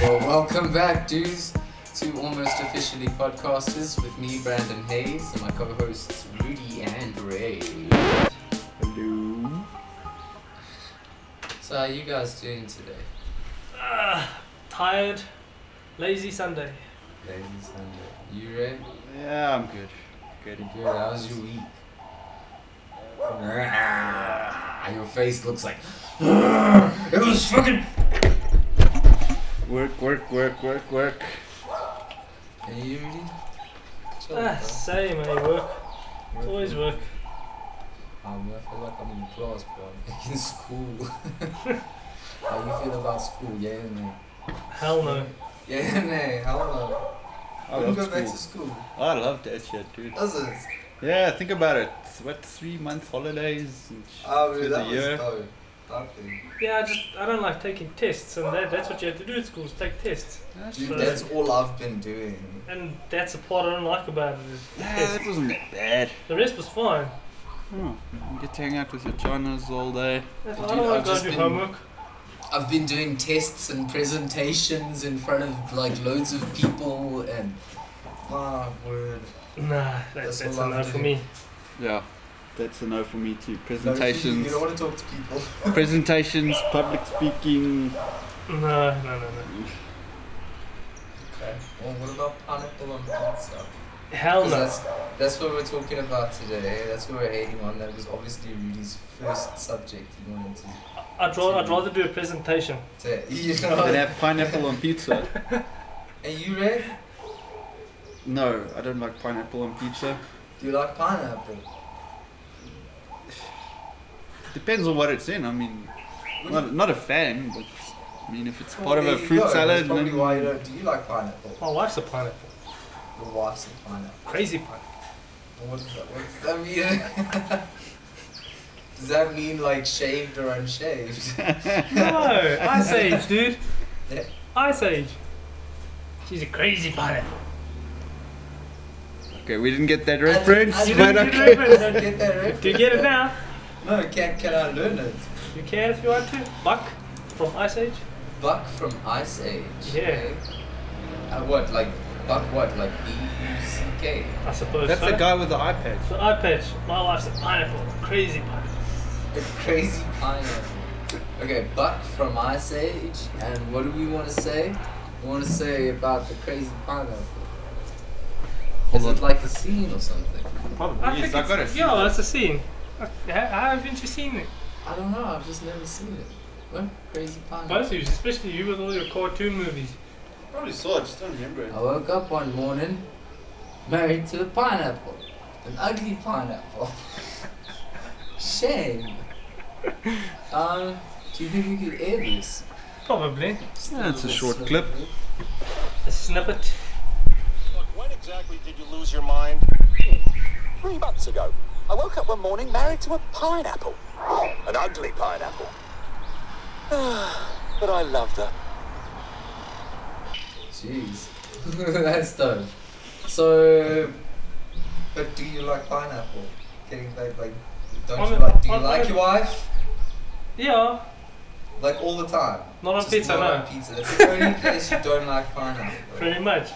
Well, welcome back, dudes, to Almost Officially Podcasters with me, Brandon Hayes, and my co hosts, Rudy and Ray. Hello. So, how you guys doing today? Ah, tired, lazy Sunday. Lazy Sunday. You, Ray? Yeah, I'm good. Good. Pretty good. How was your week? And Ah, your face looks like. It was fucking. Work, work, work, work, work. And you, Rudy? Chill, Ah, same, eh? Work. bro. It's always work. Um, I feel like I'm in class, bro. I'm in school. How you feel about school? Yeah, man. Hell no. Yeah, man. Hello. I I want loved to go back school. to school. Oh, I loved that shit, dude. Does it? Yeah, think about it. What three month holidays and shit Oh, through really? the That was year. dope. That thing. Yeah, I just I don't like taking tests, and that, that's what you have to do at school is take tests. That's Dude, right. that's all I've been doing. And that's the part I don't like about it. Is the, Nah, tests. that wasn't that bad. the rest was fine. Oh, you get to hang out with your chonas all day. That's, Well, I dude, don't want I've to go just do been- homework. I've been doing tests and presentations in front of like loads of people and. My word. Nah, that's, That's that's all a I no do. for me. Yeah, that's a no for me too. No, Presentations, You don't want to talk to people. presentations, public speaking. No, no, no, no. Okay. Well, what about pineapple on pizza? Hell 'Cause no. That's, that's what we're talking about today. That's what we're hating on. That was obviously Rudy's first subject he wanted to. I'd rather I'd rather do a presentation. to you They know. have pineapple on pizza. And you, Ray? No, I don't like pineapple on pizza. Do you like pineapple? Depends on what it's in. I mean, What do Not, not a fan, but I mean, if it's you- part of Well, a there you fruit go. That's salad, probably then why you don't. Do you like pineapple? My wife's a pineapple. Your wife's a pineapple. Crazy pineapple. Well, What does that? What does that mean? does that mean like shaved or unshaved? No, Ice Age, dude. Yeah. Ice Age. She's a crazy pineapple. okay, we didn't get that didn't- reference, I You didn't but didn't okay. get it, I don't get that reference. Do you get it man. now? No, can can I learn it? You can if you want to. Buck from Ice Age. Buck from Ice Age. Yeah. eh? Uh, what like Buck? What like B U C K? I suppose. That's so. the guy with the eye patch. The eye patch. My wife's a pineapple. Crazy pineapple. The crazy pineapple. Okay, Buck from Ice Age, and what do we want to say? We want to say about the crazy pineapple. Is Hold it like a scene or something? Probably I think it's- Yeah, that's a scene. Uh, How how haven't you seen it? I don't know. I've just never seen it. What crazy pineapple? Both of you, especially you with all your cartoon movies. Probably saw it, just don't remember it. I woke up one morning, married to a pineapple, an ugly pineapple. Shame. Um, do you think we could air this? Probably. Just Yeah, it's a little short snippet. clip. A snippet. Look, when exactly did you lose your mind? Three months ago, I woke up one morning married to a pineapple. An ugly pineapple. but I loved her. Jeez, that's dope. So, but do you like pineapple? Getting like, like, don't On you the- like? Do you on- like on- your wife? Yeah. Like all the time? Not on Just pizza, not no. on pizza. That's the only place you don't like pineapple. Pretty much.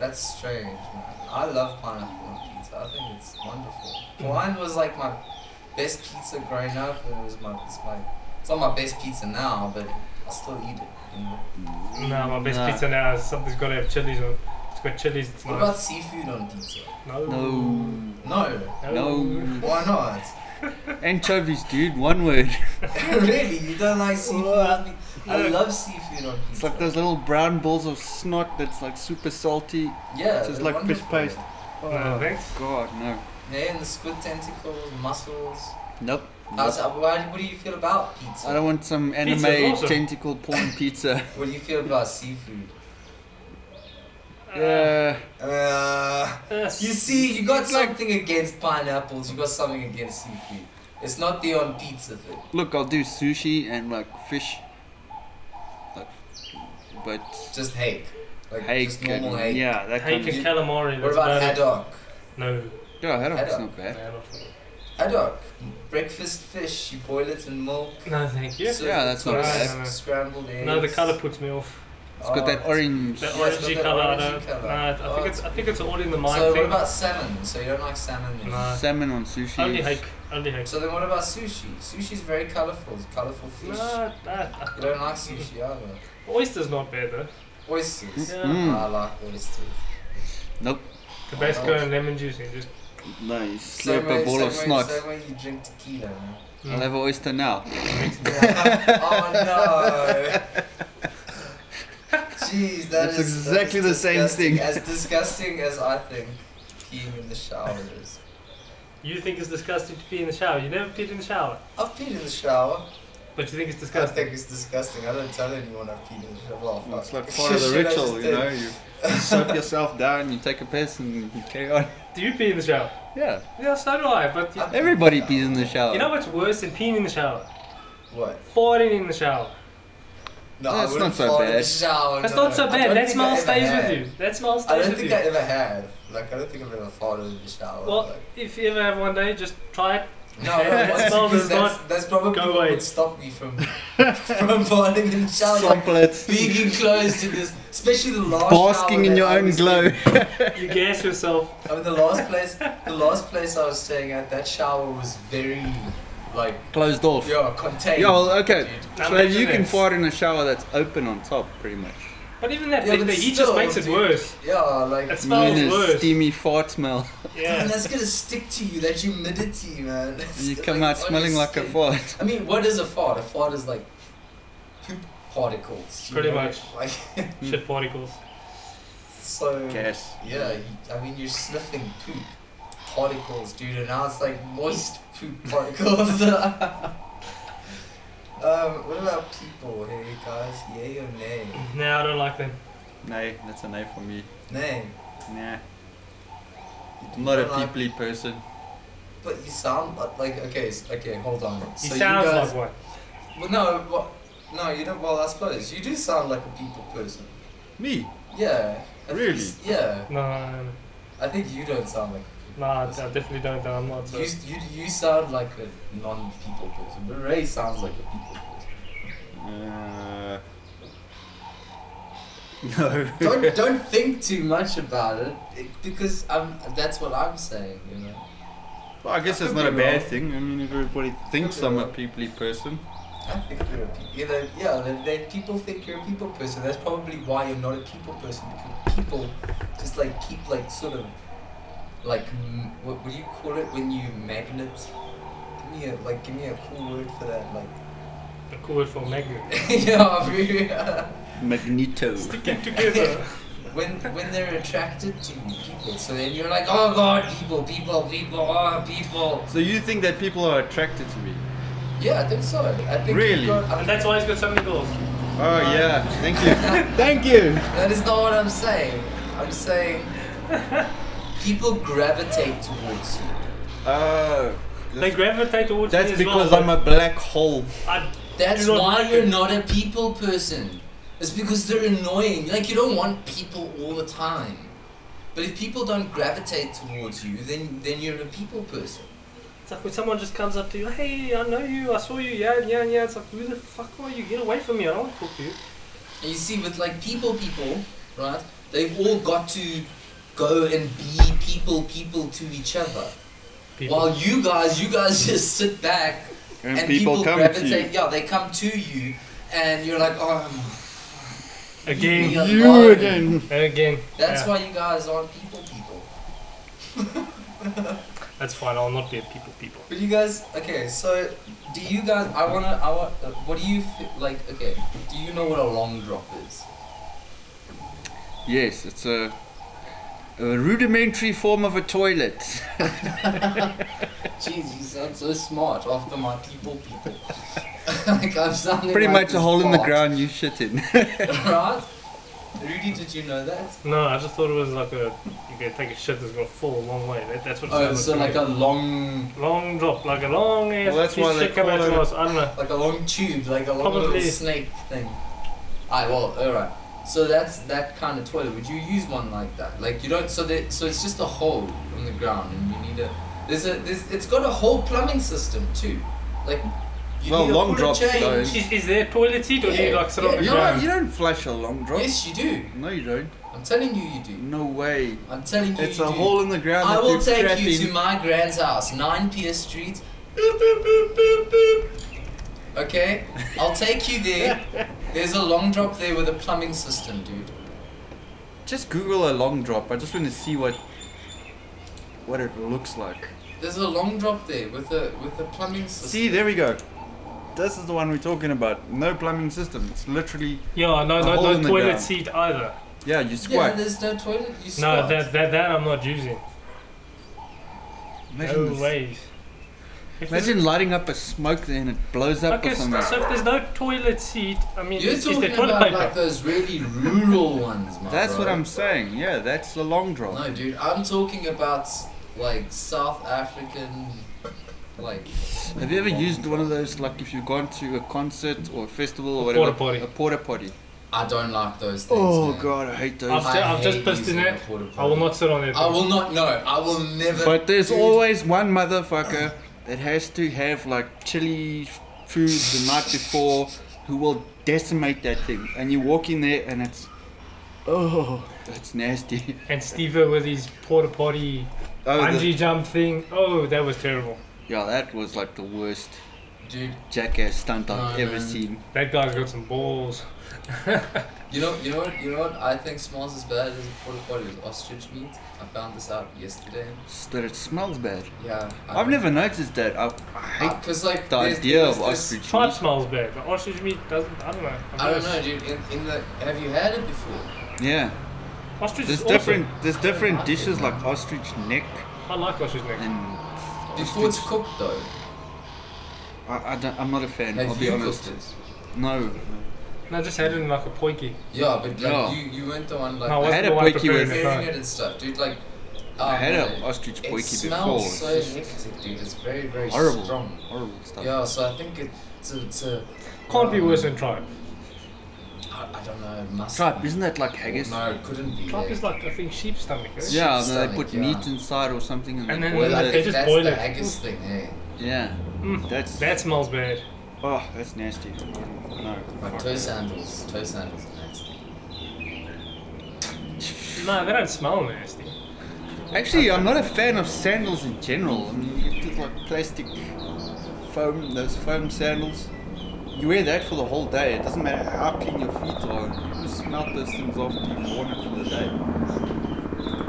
That's strange, man. I love pineapple on pizza. I think it's wonderful. Mm. Hawaiian was like my best pizza growing up, and it was my it's my it's not my best pizza now, but I still eat it. You know? Nah, my best Nah. pizza now is something's got to have chilies on. It's got chilies. It's What about seafood on pizza? no. No. No. No. Why not? Anchovies, dude, one word. really? You don't like seafood? on pi- I Look. love seafood on pizza. It's like those little brown balls of snot that's like super salty. Yeah. it's just they're like fish wonderful. paste. No, thanks. God, no. Yeah, and the squid tentacles, mussels. Nope. How's, why, what do you feel about pizza? I don't want some anime Pizza's awesome. tentacle porn pizza. What do you feel about seafood? yeah. Uh, Uh, You see, you got something against pineapples, you got something against seafood. It's not the on pizza thing. Look, I'll do sushi and like fish. Like, but Just hake. Like Hake just normal and- hake. Yeah, that Hake kind of. and calamari. What that's about about it. haddock? No. Yeah, haddock's haddock? not bad. Yeah, not for me. Haddock. Breakfast fish. You boil it in milk. No, thank you. serve Yeah, it that's with not bad. s- Scrambled eggs. Oh, No, the colour puts me off. Oh, It's got that orange. The Yeah, it's orangey got that colour. I orangey don't. colour. Nah, I Oh, think it's. I think it's all in the mind So thing. what about salmon? So you don't like salmon? then? No. Salmon on sushi. only is- hake. Only hake. So then what about sushi? Sushi's very colourful. It's colourful fish. Nah, nah. You don't like sushi either. Oyster's not bad though. Oysters. Yeah. Mm. I like oysters. Nope. Oh. Tabasco and lemon juice and just. Nice. Same Slurp way, a ball same of way- snot. Same way you drink tequila. Man. I'll have an oyster now. oh no! Jeez, that That's is- exactly that the is same disgusting. thing. As disgusting as I think peeing in the shower is. You think it's disgusting to pee in the shower. You never peed in the shower, I've peed in the shower. but you think it's I disgusting. think it's disgusting. I don't tell anyone I've peed in the shower. Well, It's fuck. like part of the Shit, I just ritual, you did. know. You soak yourself down, you take a piss, and you carry on. Do you pee in the shower? Yeah. Yeah, so do I. But you, I- Everybody pees in the shower. you know what's worse than peeing in the shower? What? Farting in the shower. No, That's I wouldn't not so fall In the bad. shower. That's no, not so I bad. don't That think smell I ever stays had. with you. That smell I stays don't with think you. I ever have. Like, I don't think I've ever fallen in the shower. Well, like, if you ever have one day, just try it. No, no, That that's, smell because does that's, not that's probably go what away. would stop me from from falling in the shower. Like, Sample it. being enclosed in this, especially the last. shower Basking in that your I own was glow. in. You gas yourself. I mean, the last place, the last place I was staying at, that shower was very, like, Closed off. yeah, contained. Yeah, well, okay. Now So imagine you can this. fart in a shower that's open on top, pretty much. But even that, Yeah, the, but the heat still, just makes it dude. worse. Yeah, like, It smells Mean worse. and steamy fart smell. and Yeah. that's gonna stick to you. That humidity, man. That's You gonna, come like, out on your smelling like a skin. fart. I mean, what is a fart? A fart is like poop particles. you Pretty know? much. Like, Shit particles. so. Gas. Yeah, you, I mean, you're sniffing poop particles, dude, and now it's like moist poop particles. um, what about people? Hey, guys, yay or nay? No, I don't like them. Nay, that's a nay for me. Nay. Nah. I'm not a don't like- peoply person. But you sound li- like okay, s- okay. Hold on. He So sounds you guys, like well, one. no, well, no, you don't. Well, I suppose you do sound like a people person. Me? Yeah. I think Really? s- Yeah. No, no, no, I think you don't sound like. no, I, I definitely don't. though. I'm not. You, So. s- you, you sound like a non-people person, but Ray sounds like a people person. Uh, no. don't don't think too much about it it- because I'm that's what I'm saying, you know. Well, I guess I that's could not a be bad wrong. thing. I mean, everybody thinks be I'm a wrong. peoply person. I think you're a people, you know, yeah. Then, then people think you're a people person. That's probably why you're not a people person because people just like keep like sort of like m- what, what do you call it when you magnet? Give me a like give me a cool word for that like A cool word for magnet. yeah. I mean, yeah. Magneto. Sticking together. when when they're attracted to people, so then you're like oh god people people people oh people. So you think that people are attracted to me? Yeah, I think so. I think Really? you've got- I and that's why he's got so many goals. Oh yeah. Thank you. Thank you. That is not what I'm saying. I'm saying people gravitate towards you. Oh. They gravitate towards That's me as because well, I'm a black hole. but I That's do not why like you're it. not a people person. It's because they're annoying. Like you don't want people all the time. But if people don't gravitate towards you, then then you're a people person. It's like when someone just comes up to you, hey, I know you, I saw you, yeah, yeah, yeah. It's like, who the fuck are you? Get away from me, I don't want to talk to you. And you see, with like people, people, right? They've all got to go and be people, people to each other. While you guys, you guys just sit back And people come to gravitate. Yeah, they come to you, and you're like, oh, Again. leave me alone." Again. That's Yeah. why you guys aren't people, people. That's fine, I'll not be a people people. But you guys, okay. So, do you guys? I wanna. I want. Uh, what do you fi- like? Okay. Do you know what a long drop is? Yes, it's a, a rudimentary form of a toilet. Jeez, you sound so smart after my people, people. like I'm sounding Pretty like much a this hole in the fart, ground you shit in. right? Rudy, did you know that? No, I just thought it was like a, you're going to take a shit that's going to fall a long way. That, that's what it Oh, sounds so to like me. a long, Long drop, like a long ass Well, that's piece why of they shit come out call your it- ass. I don't know. like a long tube, like a long Probably. little snake thing. Aye, well, alright. So that's that kind of toilet. Would you use one like that? Like you don't. So that so it's just a hole on the ground, and you need a There's a there's it's got a whole plumbing system too. Like you Well, need a long cooler drops change. don't. Is, is there a toilet seat or do you Yeah, like sit yeah, on the You ground? don't, you don't flush a long drop. Yes, you do. No, you don't. I'm telling you, you do. No way. I'm telling you, It's you a do. hole in the ground. I that will they've take trapped you in. to my grand's house, 9 Pierce Street. Boop, boop, boop, boop, boop. Okay, I'll take you there. There's a long drop there with a plumbing system, dude. Just Google a long drop. I just want to see what what it looks like. There's a long drop there with a with a plumbing system. See, there we go. This is the one we're talking about. No plumbing system. It's literally Yeah, no, A no, hole no in the toilet ground. seat either. yeah. You yeah, squat. there's no toilet. You No, squat. that, that that I'm not using. imagine, no this- ways. If there's- imagine lighting up a smoke there and it blows up okay, or so, something. so if there's no toilet seat, I mean, You're is, is talking there toilet about paper? like those really rural ones, my That's what bro. I'm saying. Yeah, that's the long drop. No, dude, I'm talking about like South African, like Have you ever used one of those? Like if you've gone to a concert or a festival or A whatever, porta potty. a porta potty. I don't like those things. Oh man. god, I hate those. I've, ju- I I've just hate pissed in using it. a porta I will potty. not sit on it. I will not know. I will never. But there's Dude, always one motherfucker that has to have like chili food the night before who will decimate that thing. And you walk in there and it's oh that's nasty. And Steve with his porta potty Oh the- bungee jump thing. Oh, that was terrible. yeah, that was like the worst dude, jackass stunt I've No, Oh, ever man. seen. That guy's got some balls. you know, you know what, you know what? I think smells as bad as a porta potty is ostrich meat. I found this out yesterday. S- That it smells bad. Yeah, I I've never noticed that. I, I hate because like the there's- idea there's of this- ostrich Tripe meat. smells bad, but ostrich meat doesn't. I don't know. I've I don't never- know, dude. In, in the have you had it before? Yeah. Ostrich There's is awesome. different there's different like it, dishes man. like ostrich neck I like ostrich neck. and Before it's ostrich- cooked though. I, I don't, I'm not a fan, Have I'll you be honest. cooked it? No. No, I just had it in like a poinky. Yeah, but like No. you, you weren't the one like No, I wasn't had a the one poiky preparing with- it. preparing no. it and stuff, dude. Like I oh, had man, an ostrich It poiki before. smells so It's hectic, dude. It's very, very horrible, strong. horrible stuff. Yeah, so I think it's a, it's a Can't be worse than tripe. um, I, I don't know. It must Tripe, be. isn't that like haggis? Oh, No, it couldn't be. Tripe yeah. is like I think sheep's stomach. eh? Yeah. Yeah, Sheep's and they stomach, put yeah. meat inside or something and, And they then boil well, I they it. think just that's boil the it. haggis thing, eh? Yeah, Mm. that's That smells bad. oh, that's nasty. No, Like fuck. toe sandals. Toe sandals are nasty. No, they don't smell nasty. actually, I'm not a fan of sandals in general. I mean, you get like plastic foam, those foam sandals. You wear that for the whole day. It doesn't matter how clean your feet are. You just smelt those things off and you worn it for the day.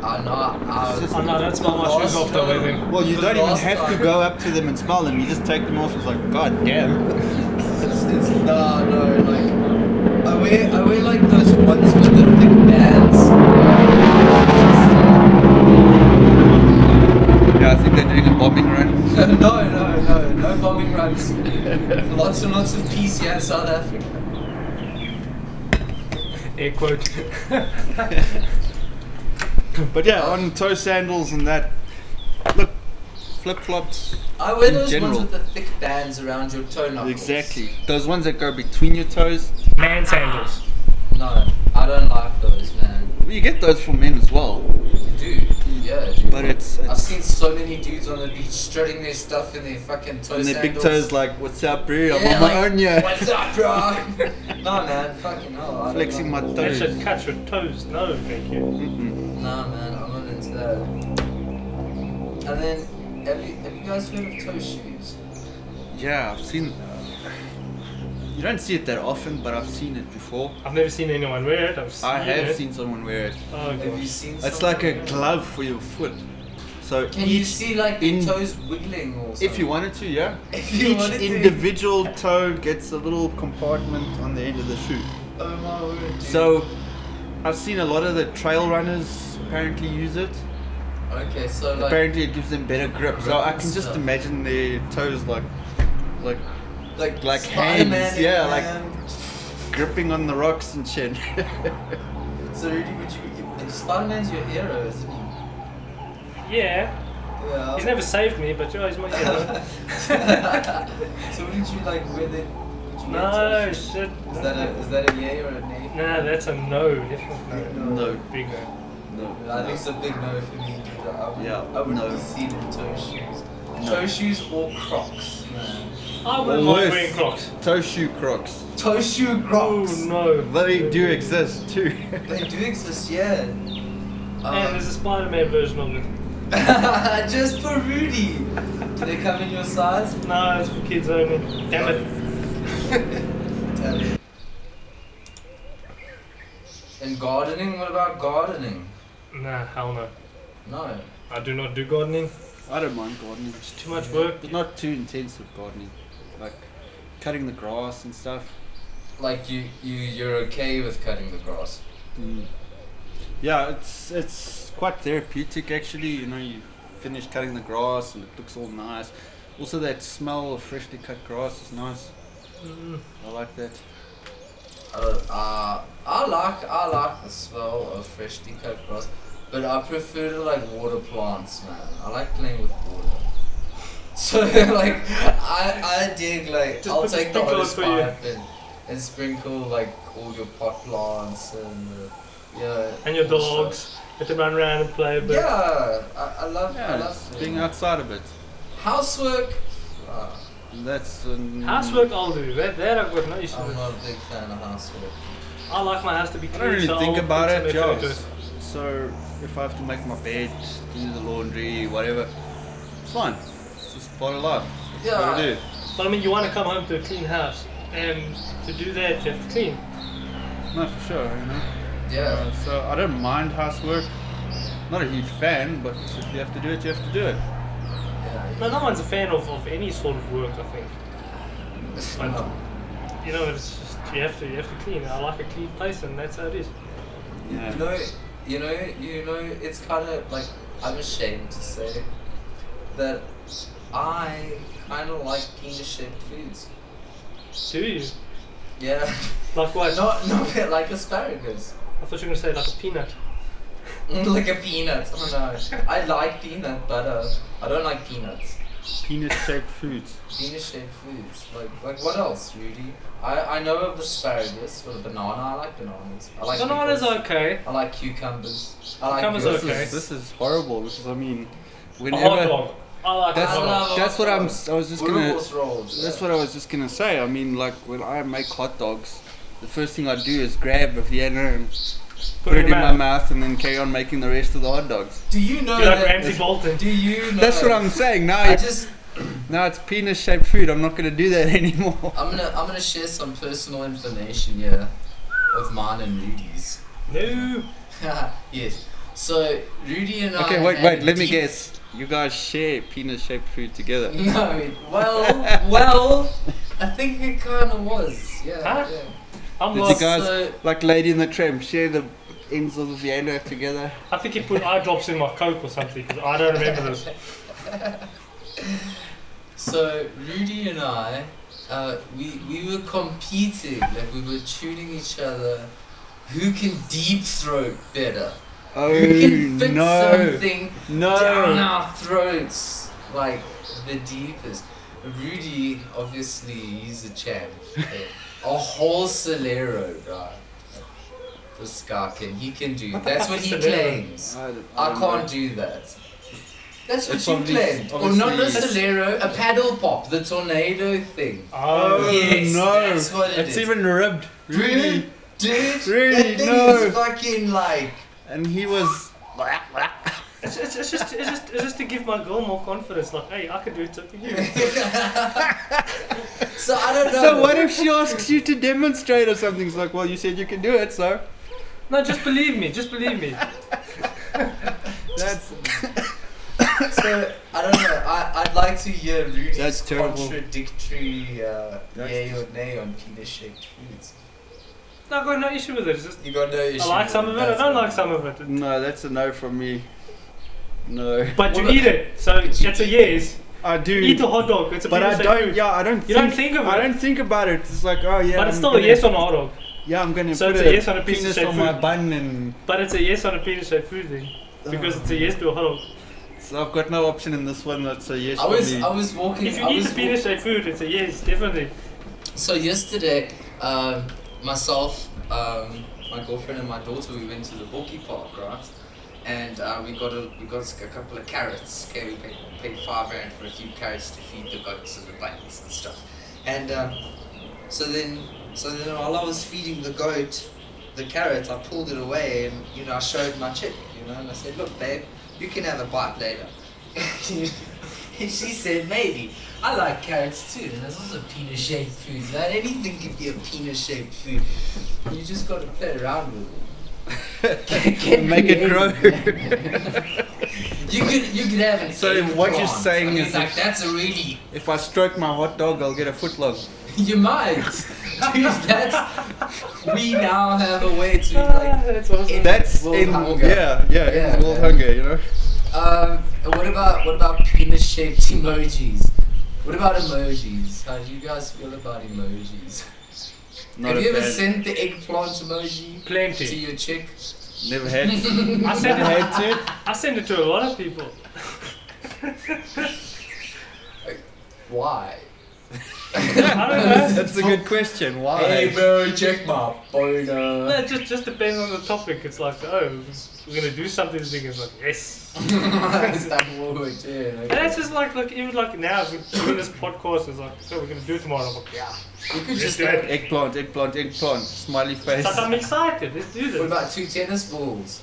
I know. I, It's just- Oh no, that's smell my shoes off the way then. Well, you The don't even last have to time- go up to them and smell them. You just take them off. It's like, god damn. It's, it's nah, no, like I wear I wear like those ones with the thick bands. Yeah, I think they're doing a bombing run. no, no, no, no bombing runs. lots and lots of peace here in South Africa. Air quote. But yeah, on toe sandals and that. Look, flip flops. I wear In those general. ones with the thick bands around your toe knuckles. Exactly. Those ones that go between your toes. Man sandals. No, I don't like those, man. Well, you get those for men as well. Dude, yeah, dude. But it's. I've it's seen so many dudes on the beach strutting their stuff in their fucking toe and their big sandals. toes, like, what's up, bro? I'm Yeah, on my like, own yeah. What's up, bro? no, man, fucking hell. I don't Flexing my like- That toes. should cut your toes. No, thank you. Mm-mm. Nah, man, I'm not into that. And then, have you, have you guys heard of toe shoes? Yeah, I've seen. You don't see it that often, but I've seen it before. I've never seen anyone wear it. I've seen I have it. seen someone wear it. Oh Have you gosh. seen? It's like a someone- glove for your foot. So Can each, you see like the in- toes wiggling or something? if you wanted to, yeah. If you Each wanted to. individual toe gets a little compartment on the end of the shoe. Oh my word. Dude. So I've seen a lot of the trail runners apparently use it. Okay, so like. Apparently it gives them better grip. So Grip I and can just stuff. imagine their toes like like like like Spider-Man hands, in yeah, the like- hand. gripping on the rocks and shit. So really, would you? if- Spider-Man's your hero, isn't he? Yeah. Yeah. Oh. He's never saved me, but yeah, he's my hero. so wouldn't you like wear the? would you wear no toe shoes? shit. Is that a is that a yay or a nay? Nah, that's a no. Definitely Big no. no. no. Big no. No. That is a big no for me. dude. I would, Yeah, I would no. be seen in toe shoes. No. Toe shoes or Crocs, man. I wouldn't Or mind worse. wearing Crocs. Toe shoe crocs. Toe shoe Oh Crocs. no. They do exist too. They do exist, yeah. Um, And there's a Spider-Man version of it. just for Rudy. Do they come in your size? No, it's for kids only. Damn it. Damn it. And gardening? What about gardening? Nah, hell no. No. I do not do gardening. I don't mind gardening. It's too much work. But not too intensive gardening. Like cutting the grass and stuff. Like you, you, you're okay with cutting the grass. Yeah, it's it's quite therapeutic actually. You know, you finish cutting the grass and it looks all nice. Also, that smell of freshly cut grass is nice. I like that. Uh, uh, I like, I like the smell of freshly cut grass, but I prefer to like water plants, man. I like playing with water. So like, I, I dig like, Just I'll put the take the sprinklers hose for you. pipe and, and sprinkle like all your pot plants and uh, yeah. And your all the stuff. dogs. Let them run around and play a bit. Yeah, I, I love, I Yeah, love it's doing being outside a bit. Housework. Uh, And that's um, Housework I'll do. That, that I've got no issue I'm with. not a big fan of housework. I like my house to be Oh, I clean. don't really so think I'll about put it. some effort Yeah. into it. So if I have to make my bed, do the laundry, whatever, it's fine. It's just part of life. It's what I Yeah. do. But I mean, you want to come home to a clean house, and to do that, you have to clean. No, for sure. You know. Yeah. Uh, so I don't mind housework. Not a huge fan, but if you have to do it, you have to do it. yeah. No, no one's a fan of, of any sort of work, I think. But- um, No. You know, it's just you have to you have to clean. I like a clean place, and that's how it is. You know, you know, you know. It's kind of like I'm ashamed to say that I kind of like penis-shaped foods. Do you? Yeah, Like what? not not bit like asparagus, I thought you were gonna say like a peanut. Mm, like a peanut. Oh no, I like peanut butter. I don't like peanuts. Penis-shaped foods. Penis-shaped foods, like like what else, Rudy? I I know of asparagus, but a banana. I like bananas. I like Bananas pickles. are okay. I like cucumbers. I like Cucumbers are yours. okay. This, this is horrible because I mean, A whenever hot dog. I like a that's hot I dog. love that's what hot I'm. dogs. I was just gonna. Rubles rolls. That's what I was just gonna say. I mean, like when I make hot dogs, the first thing I do is grab a Vienna and put, it in my mouth, and then carry on making the rest of the hot dogs. Do you know You're like that- Ramsey Bolton. Do you know? That's what I'm saying. Now, I it's- just now it's penis-shaped food. I'm not gonna do that anymore. I'm gonna I'm gonna share some personal information here of mine and Rudy's. No. yes. So Rudy and I. Okay, wait, had wait. Let me deep- guess. You guys share penis-shaped food together. No. it- Well, well, I think it kind of was. Yeah. Huh? yeah. I'm Did lost. you guys, so- like Lady in the Tramp, share the ends of the Vienna together? I think he put eye drops in my coke or something because I don't remember this. So Rudy and I, uh, we we were competing. Like we were shooting each other. Who can deep throat better? Oh Who can fit no! something down No! our throats like the deepest. Rudy, obviously, he's a champ. okay? a whole Solero, bro. This guy can, he can do. That's what he Solero. claims. I don't- I don't can't know. do that. That's what Um, It's you obvious- claimed. Or not a obviously- Solero, a paddle pop, the tornado thing. Oh Oh, Yes, no! that's what it it's is. even ribbed. Dude, dude, Rudy, that thing no. is fucking like. And he was. it's, it's, it's just it's just it's just to give my girl more confidence. Like, hey, I can do it too. You. So I don't know. So what if she asks you to demonstrate or something? It's like, well, you said you can do it, so No, just believe me. Just believe me. that's So I don't know. I I'd like to hear Rudy's That's terrible. contradictory uh, That's yay or nay on penis-shaped foods. No, I've got no issue with it. It's just You got no issue. I like some of it. I don't like some of it. no, that's a no from me. No, But you Well, eat it, so it's a yes. I do. Eat a hot dog. It's a but I piece of don't. food. Yeah, I don't. You don't think of I it. don't think about it. It's like, oh yeah. But it's I'm still gonna- a yes on a hot dog. Yeah, I'm gonna So put it's a yes on a piece of penis shit on my food. bun and But it's a yes on a penis shaped food thing. Because it's a yes to a hot dog. so I've got no option in this one that's a yes I for was me. I was walking. If you I eat was the penis shaped food, it's a yes, definitely. walk- so yesterday, um, myself, um, my girlfriend and my daughter, we went to the Borky Park, right? and uh, we got a we got a couple of carrots. Okay, we paid, paid five rand for a few carrots to feed the goats and the bunnies and stuff. And um, so then, so then while I was feeding the goat the carrots, I pulled it away and you know I showed my chick, you know, and I said, look, babe, you can have a bite later. and she said, maybe. I like carrots too, and there's also penis-shaped foods, man. Anything can be a penis-shaped food. You just gotta play around with it. Make it grow. You could you could have an So egg what you're plant. saying I mean, is like if- that's a really if I stroke my hot dog, I'll get a foot long. you might. Dude, that's we now have a way to Ah, like that's awesome. it- That's World in hunger. yeah, yeah, in Yeah, world yeah. hunger, you know. um what about what about penis shaped emojis? What about emojis? How do you guys feel about emojis? Not have a you ever fan. sent the eggplant emoji to Plenty. your chick? Never had. I send, Never it, had to. I send it to a lot of people. Why? I don't know. That's a good question. Why? Hey bro, check my boner. No, it just, just depends on the topic. It's like, oh, we're going to do something this weekend. It's like, yes. That's that word, yeah, okay. And that's just like, like, even like now, if we're doing this podcast, it's like, so we're going to do it tomorrow. I'm like, yeah. You could Let's just do like, it. Eggplant, eggplant, eggplant. Smiley face It's like, I'm excited. Let's do what this. about two tennis balls?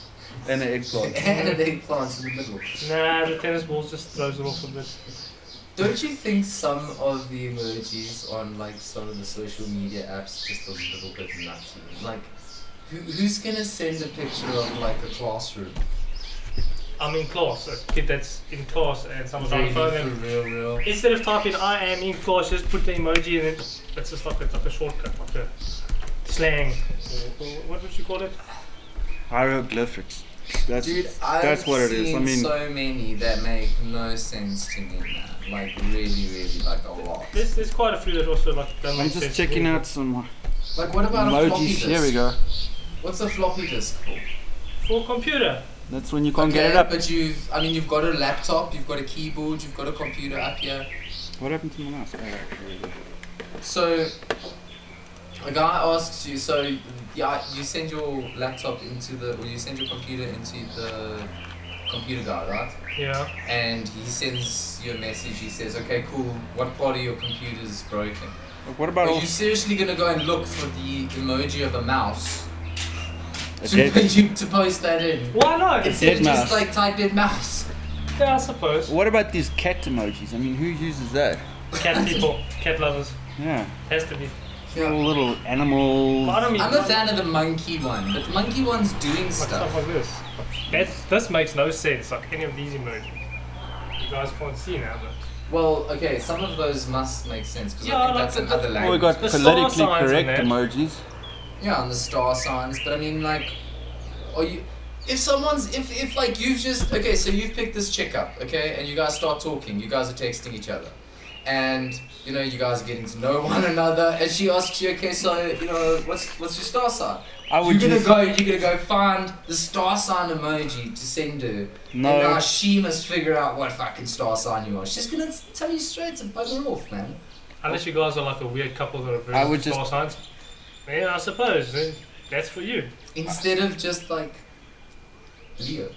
and an eggplant. and an eggplant in the middle. Nah, the tennis balls just throws it off a bit. Don't you think some of the emojis on like some of the social media apps just a little bit nutty? Like, who, who's gonna send a picture of like a classroom? I'm in class. A kid that's in class and someone's on the Really, phone. for And real, real. instead of typing I am in class, just put the emoji and then it's just like it's like a shortcut, like a slang. Or, or what would you call it? Hieroglyphics. That's Dude, I've that's what it is. I seen mean, so many that make no sense to me, man. Like really, really, like a lot. There's, there's quite a few that also like don't I'm make just sense. checking out some Like, what about a floppy emojis. disk? Here we go. What's a floppy disk for? For computer. That's when you can't Okay, get it up. But you've, I mean, you've got a laptop, you've got a keyboard, you've got a computer up here. What happened to my mouse? Oh, there we go. So, a guy asks you, so, yeah, you send your laptop into the, or you send your computer into the computer guy, right? Yeah. And he sends you a message, he says, okay, cool, what part of your computer is broken? But What about Are all you seriously gonna go and look for the emoji of a mouse a to, dead? you, to post that in? Why not? Instead dead of just mouse. like type in mouse. yeah, I suppose. What about these cat emojis? I mean, who uses that? Cat people, cat lovers. Yeah, Has to be. all little But I animals. don't mean I'm a fan of the monkey one, but the monkey one's doing like stuff stuff. like this. That's, this makes no sense, like any of these emojis. You guys can't see now, but. Well, okay, some of those must make sense because Yeah, I think like oh that's the- another Well, we language. got The star politically signs correct on emojis. yeah, on the star signs, but I mean, like, are you? If someone's, if if like you've just okay, so you've picked this chick up, okay, and you guys start talking, you guys are texting each other, and you know you guys are getting to know one another, and she asks you, okay, so you know what's what's your star sign? I would you're use gonna go, you're gonna go find the star sign emoji to send her. No. And now she must figure out what fucking star sign you are. She's gonna tell you straight to bugger off, man. Unless you guys are like a weird couple that are very I would star just- signs. Yeah, I suppose. eh, That's for you. Instead of just like Leo.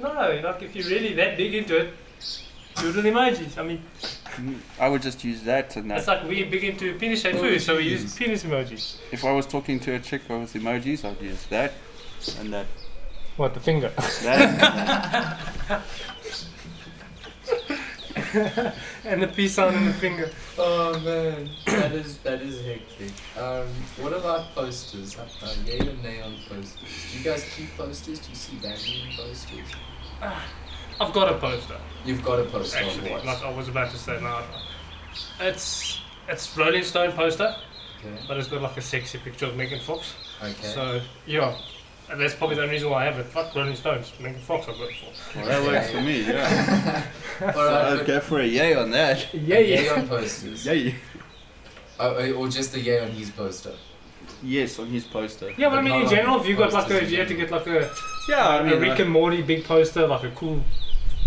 No, like if you're really that big into it, do the emojis. I mean, I would just use that and that's that. like we're big into penis shaped food, so we use penis emojis. If I was talking to a chick with emojis, I'd use that and that. What, the finger? That and the peace sign and the finger. Oh man, that is that is hectic. Um, what about posters? Uh, uh, yay or nay on posters? Do you guys keep posters? Do you see value in posters? I've got a poster, You've got a poster actually. on Like what? I was about to say now. It's it's Rolling Stone poster, Okay. but it's got like a sexy picture of Megan Fox. okay. So, yeah. And that's probably the only reason why I have it. Fuck Rolling Stones. Megan Fox I've got it for. well, that works for me. Yeah, Alright, I'd but go for a yay on that. Yeah, Yay on posters. Yay. Oh, oh, or just a yay on his poster. Yes, on his poster. Yeah, but But I mean, not in like general, if you got like posters a, in if you had to get like a, Yeah, I a mean, Rick and Morty big poster, like a cool,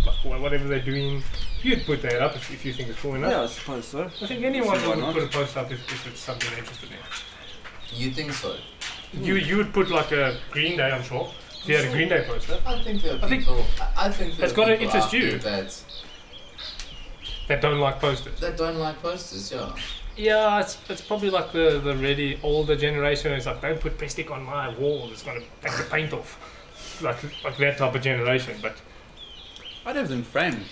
like wha- whatever they're doing, you'd put that up if, if you think it's cool enough. yeah, I suppose so. I think anyone So why would not? put a post up if, if it's something they're interested in. You think so? You you would put like a Green Day, I'm sure. If you had a Green Day poster, I think there are I think- people. I, I think there It's are gotta people interest out you. there That, that don't like posters. that don't like posters, yeah. Yeah, it's, it's probably like the, the really older generation is like, don't put plastic on my wall, it's going to take the paint off. Like, like that type of generation. But I'd have them framed.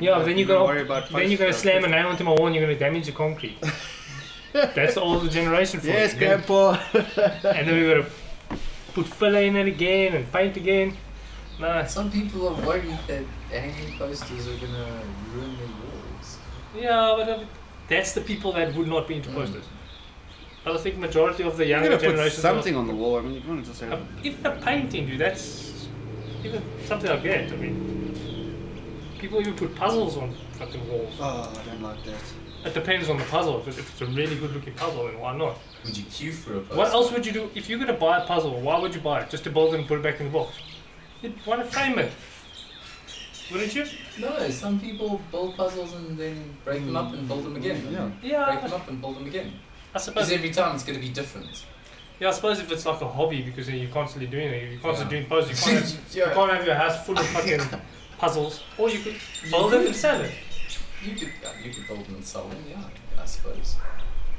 yeah, then, you Don't go, worry about then you're going to posters. slam a nail into my wall and you're going to damage the concrete. That's the older generation for you. Yes, And then- Grandpa. And then we got to put filler in it again and paint again. Nah, it's- Some people are worried that hanging posters are gonna ruin their walls. yeah, but uh, that's the people that would not be into posters. But I think majority of the I'm younger gonna put generation something on the wall. I mean, you want to just have. Uh, even a painting, dude, that's even something like that. I mean, people even put puzzles on fucking walls. Oh, I don't like that. It depends on the puzzle. If it- if it's a really good looking puzzle, then why not? Would you queue for a poster? What else would you do if you're gonna buy a puzzle? Why would you buy it? Just to build it and put it back in the box? You'd want to frame it, wouldn't you? No, some people build puzzles and then break them up and build them again. and Yeah. Break them Yeah, up and build them again. I Because suppose. every time it's gonna be different. Yeah, I suppose if it's like a hobby because then you're constantly doing it, you're constantly Yeah. doing puzzles. You can't, have, you Yeah. can't have your house full of fucking puzzles, or you could build it and sell it. You could uh, you could build them and sell them, yeah, I suppose.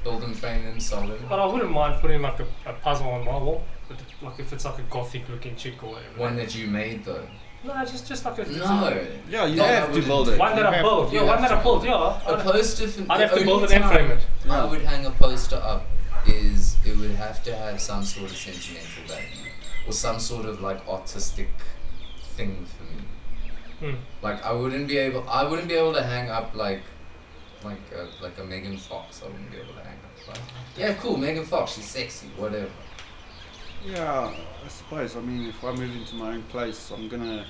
Build them, frame them, sell them. But I wouldn't mind putting like a, a puzzle on my wall, but like if it's like a gothic looking chick or whatever. One that you made though. No, just just like a No. Yeah, you No, I have to wouldn't. build it. one that You I have- built. you Yeah, one have that I to. built. Yeah. A I- poster for I'd have the to build only it and time frame it. I would hang a poster up is it would have to have some sort of sentimental value or some sort of like artistic thing for me. Hmm. Like I wouldn't be able I wouldn't be able to hang up like like a, like a Megan Fox. I wouldn't be able to hang up. Like, yeah, cool, Megan Fox. She's sexy, whatever. Yeah, I suppose. I mean, if I move into my own place, I'm gonna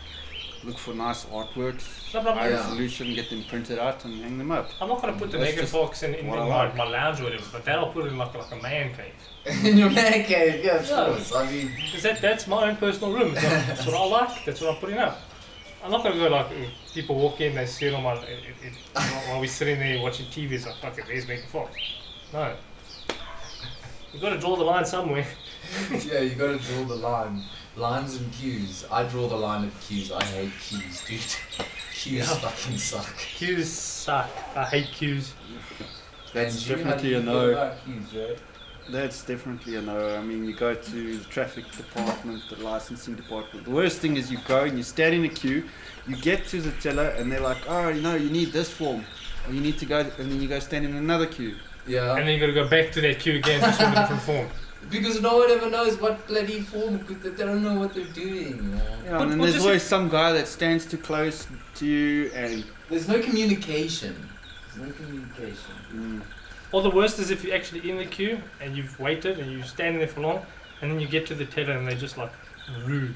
look for nice artworks, No, but high Yeah. resolution, get them printed out, and hang them up. I'm not gonna put the That's Megan just Fox in, in, in what I my, like. my lounge or whatever, but that I'll put in like like a man cave. In your man cave, yeah, of Yeah. course. I mean, Because that that's my own personal room. It's like- that's what I like. That's what I'm putting up. I'm not gonna go like uh, people walk in, they see it on my it, it, it, while while we're sitting there watching TV. It's like fuck it, there's Megan Fox. No. You've got to draw the line somewhere. yeah, you gotta draw the line. Lines and cues. I draw the line at cues. I hate cues, dude. Cues fucking suck. Qs suck. I hate Qs. That's And you, how do definitely you a feel no. about cues, Jay? That's definitely a no. I mean, you go to the traffic department, the licensing department. The worst thing is you go and you stand in a queue, you get to the teller, and they're like, oh, you know, you need this form, or you need to go, and then you go stand in another queue. Yeah. And then you got to go back to that queue again just with a different form. because no one ever knows what bloody form. They don't know what they're doing. man. Yeah, But- and then but there's just always some guy that stands too close to you, and There's no communication. There's no communication. mm, Or the worst is if you're actually in the queue and you've waited and you're standing there for long, and then you get to the teller and they're just like rude.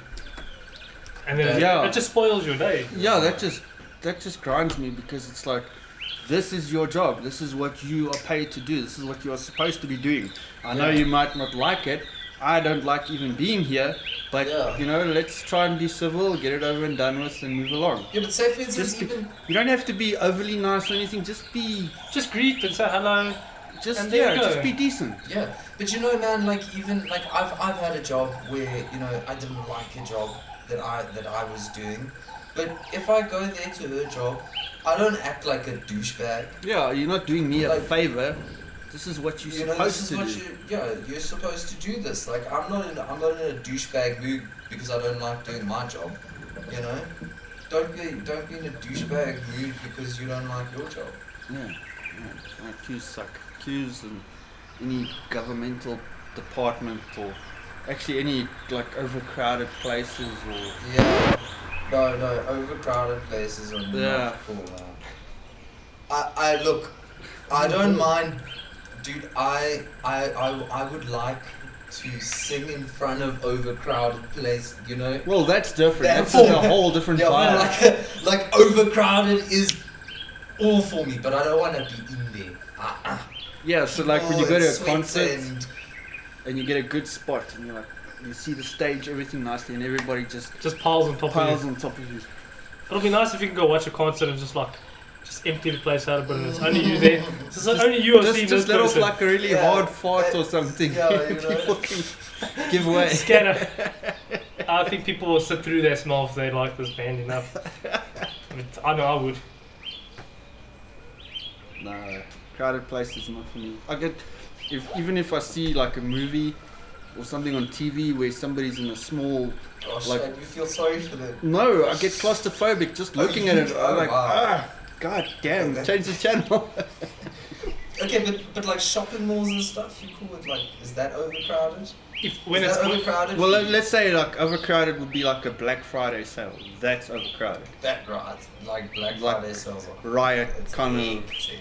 And then Yeah. it, just spoils your day. yeah, that just that just grinds me because it's like, this is your job. This is what you are paid to do. This is what you are supposed to be doing. I know Yeah. you might not like it. I don't like even being here, but Yeah. you know, let's try and be civil, get it over and done with, and move along. Yeah, but say for instance, Just be- even You don't have to be overly nice or anything. Just be, Just greet and say hello. just And there yeah, you just go. be decent. Yeah, but you know, man, like even like I've I've had a job where you know I didn't like a job that I that I was doing, but if I go there to her job, I don't act like a douchebag. Yeah, you're not doing me a Like- favor. This is what you're You know, this supposed is what to do. you yeah you're supposed to do this. Like I'm not in I'm not in a douchebag mood because I don't like doing my job. You know, don't be don't be in a douchebag mood because you don't like your job. Yeah, yeah. Uh, queues suck. Queues and any governmental department or actually any like overcrowded places or Yeah. No, no, overcrowded places are Yeah. not cool, man. I, I look, I don't mind, dude. I, I, I, I would like to sing in front of overcrowded place. You know, well, that's different. Yeah. That's a whole different yeah, vibe. but like, like overcrowded is all for me, but I don't want to be in there. Oh, Uh-uh. yeah, so like when People, you go to it a sweats concert and... and- you get a good spot and you're like, you see the stage, everything nicely, and everybody just Just piles on top piles of you. on top of you. It'll be nice if you can go watch a concert and just like just empty the place out a bit and it's only you there. It's just only you have Just, seen just this let off person. like a really Yeah, hard fart but- or something. yeah, you know. People can give way. Scatter. I think people will sit through their smell if they like this band enough. I mean, I know I would. No, crowded places not for me. I get if even if I see like a movie or something on TV where somebody's in a small Oh Like- shit, you feel sorry for them. no, I get claustrophobic just looking at it. I'm like, ah, god damn, change the channel. Okay, but but like shopping malls and stuff, you cool with like is that overcrowded? If when is it's that overcrowded? well, for let, you? let's say like overcrowded would be like a Black Friday sale. That's overcrowded. that right, like Black Like- Friday sales are Riot it's kind of empty.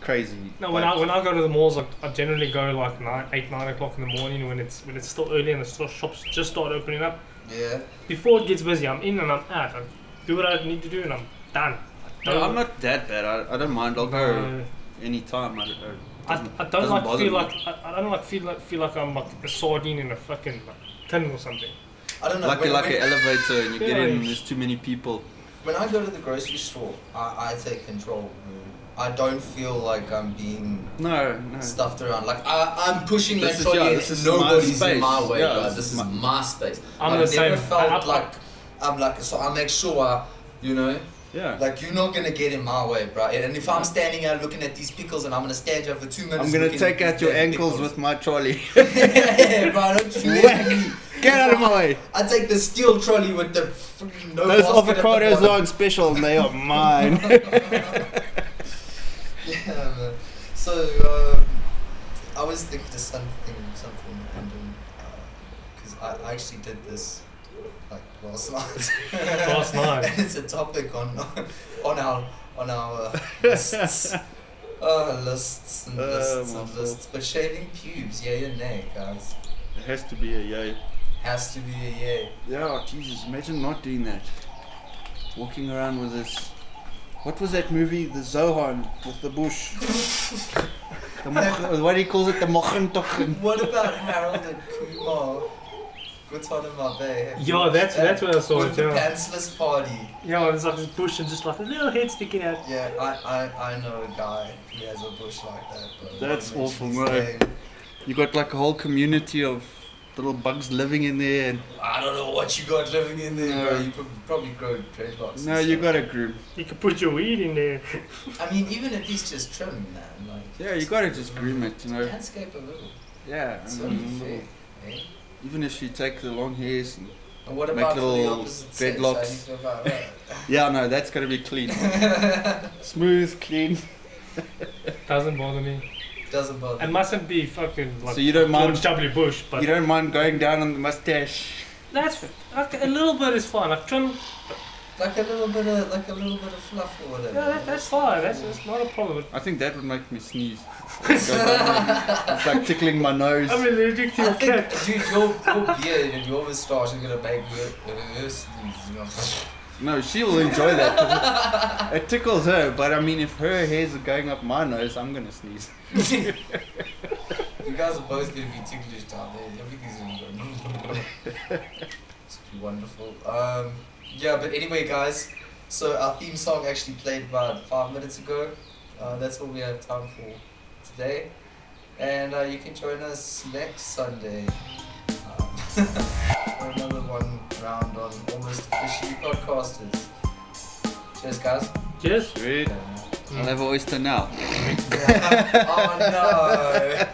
crazy. no, when I when I go to the malls, I, I generally go like nine, eight, nine o'clock in the morning when it's when it's still early and the store, shops just start opening up. Yeah. Before it gets busy, I'm in and I'm out. I do what I need to do and I'm done. I No, I'm don't- not that bad. I, I don't mind. I'll go No. any time. I don't. know. I, Doesn't- I don't doesn't like bother feel me. like I, I don't like feel like feel like I'm like a sardine in a fucking like, tin or something. I don't know. like when, you're like when, an elevator and you get in Yeah. and there's too many people. when I go to the grocery store, I, I take control. I don't feel like I'm being No, no. Hmm. stuffed around. Like I, I'm pushing This that is- trolley. yeah, and this is my nobody's in space. my way, Yeah, bro. this This, is is my- my space. I'm I've the never same. felt I- I- like I'm like so. I make sure, I, you know, Yeah. like you're not gonna get in my way, bro. And if I'm standing out looking at these pickles, and I'm gonna stand here for two minutes. I'm gonna looking take at out these your damn ankles pickles. with my trolley. yeah, bro. Don't you Whack. let me. Get out of my way. I take the steel trolley with the freaking no Those basket at the avocados bottom. aren't special, they are mine. Yeah, man. So, um, I was thinking of something, something random, because I, I actually did this like last night. Last night. And it's a topic on on our on our uh, lists, uh, lists and Oh, lists my and God. lists. But shaving pubes, yeah, or nay, guys? It has to be a yay. Has to be a yay. Yeah, oh, Jesus, imagine not doing that. Walking around with this. What was that movie? The Zohan with the bush. the moch- uh, what he calls it, the Mochentochen. What about Harold and Kumar? Good time in my bay. have you Yeah, watched that's- that? that's what I saw, With the yeah. pantsless party. Yeah, well, it's like this bush and just like a little head sticking out. Yeah, I, I, I know a guy who has a bush like that. But That's I won't awful, mention his no. name. You got like a whole community of little bugs living in there. And I don't know what you got living in there, No. bro. You prob- probably grow dreadlocks. no, and you stuff. gotta groom. You could put your weed in there. I mean, even at least just trim, man. Like, Yeah, you gotta just groom it, Mm-hmm. you know. Landscape a little. Yeah. It's I only mean, fair. eh? even if you take the long hairs and And what Make about for the little opposite sex? How do you dreadlocks. feel about that? Yeah, no, that's gotta be clean. Smooth, clean. Doesn't bother me. Doesn't bother It me. mustn't be fucking like So you don't mind- George W. Bush, but You don't mind going down on the mustache. that's like, a little bit is fine. Like trim, Like a little bit of, like a little bit of fluff or whatever. yeah, that, that's fine. That's, that's not a problem. I think that would make me sneeze. it's like tickling my nose. I'm allergic to I your think, cat. dude, your, your beard and your moustache are gonna make her, her sneeze. You know? no, she'll enjoy that. 'cause It, it tickles her, but I mean, if her hairs are going up my nose, I'm gonna sneeze. You guys are both gonna be ticklish down there. Everything's gonna go. it's gonna be wonderful. Um, yeah, but anyway, guys. So our theme song actually played about five minutes ago. Uh, that's all we have time for today. And uh, you can join us next Sunday um, for another one round on Almost Officially Podcasters. Cheers, guys. Cheers. Sweet. I'll have a oyster now. oh no.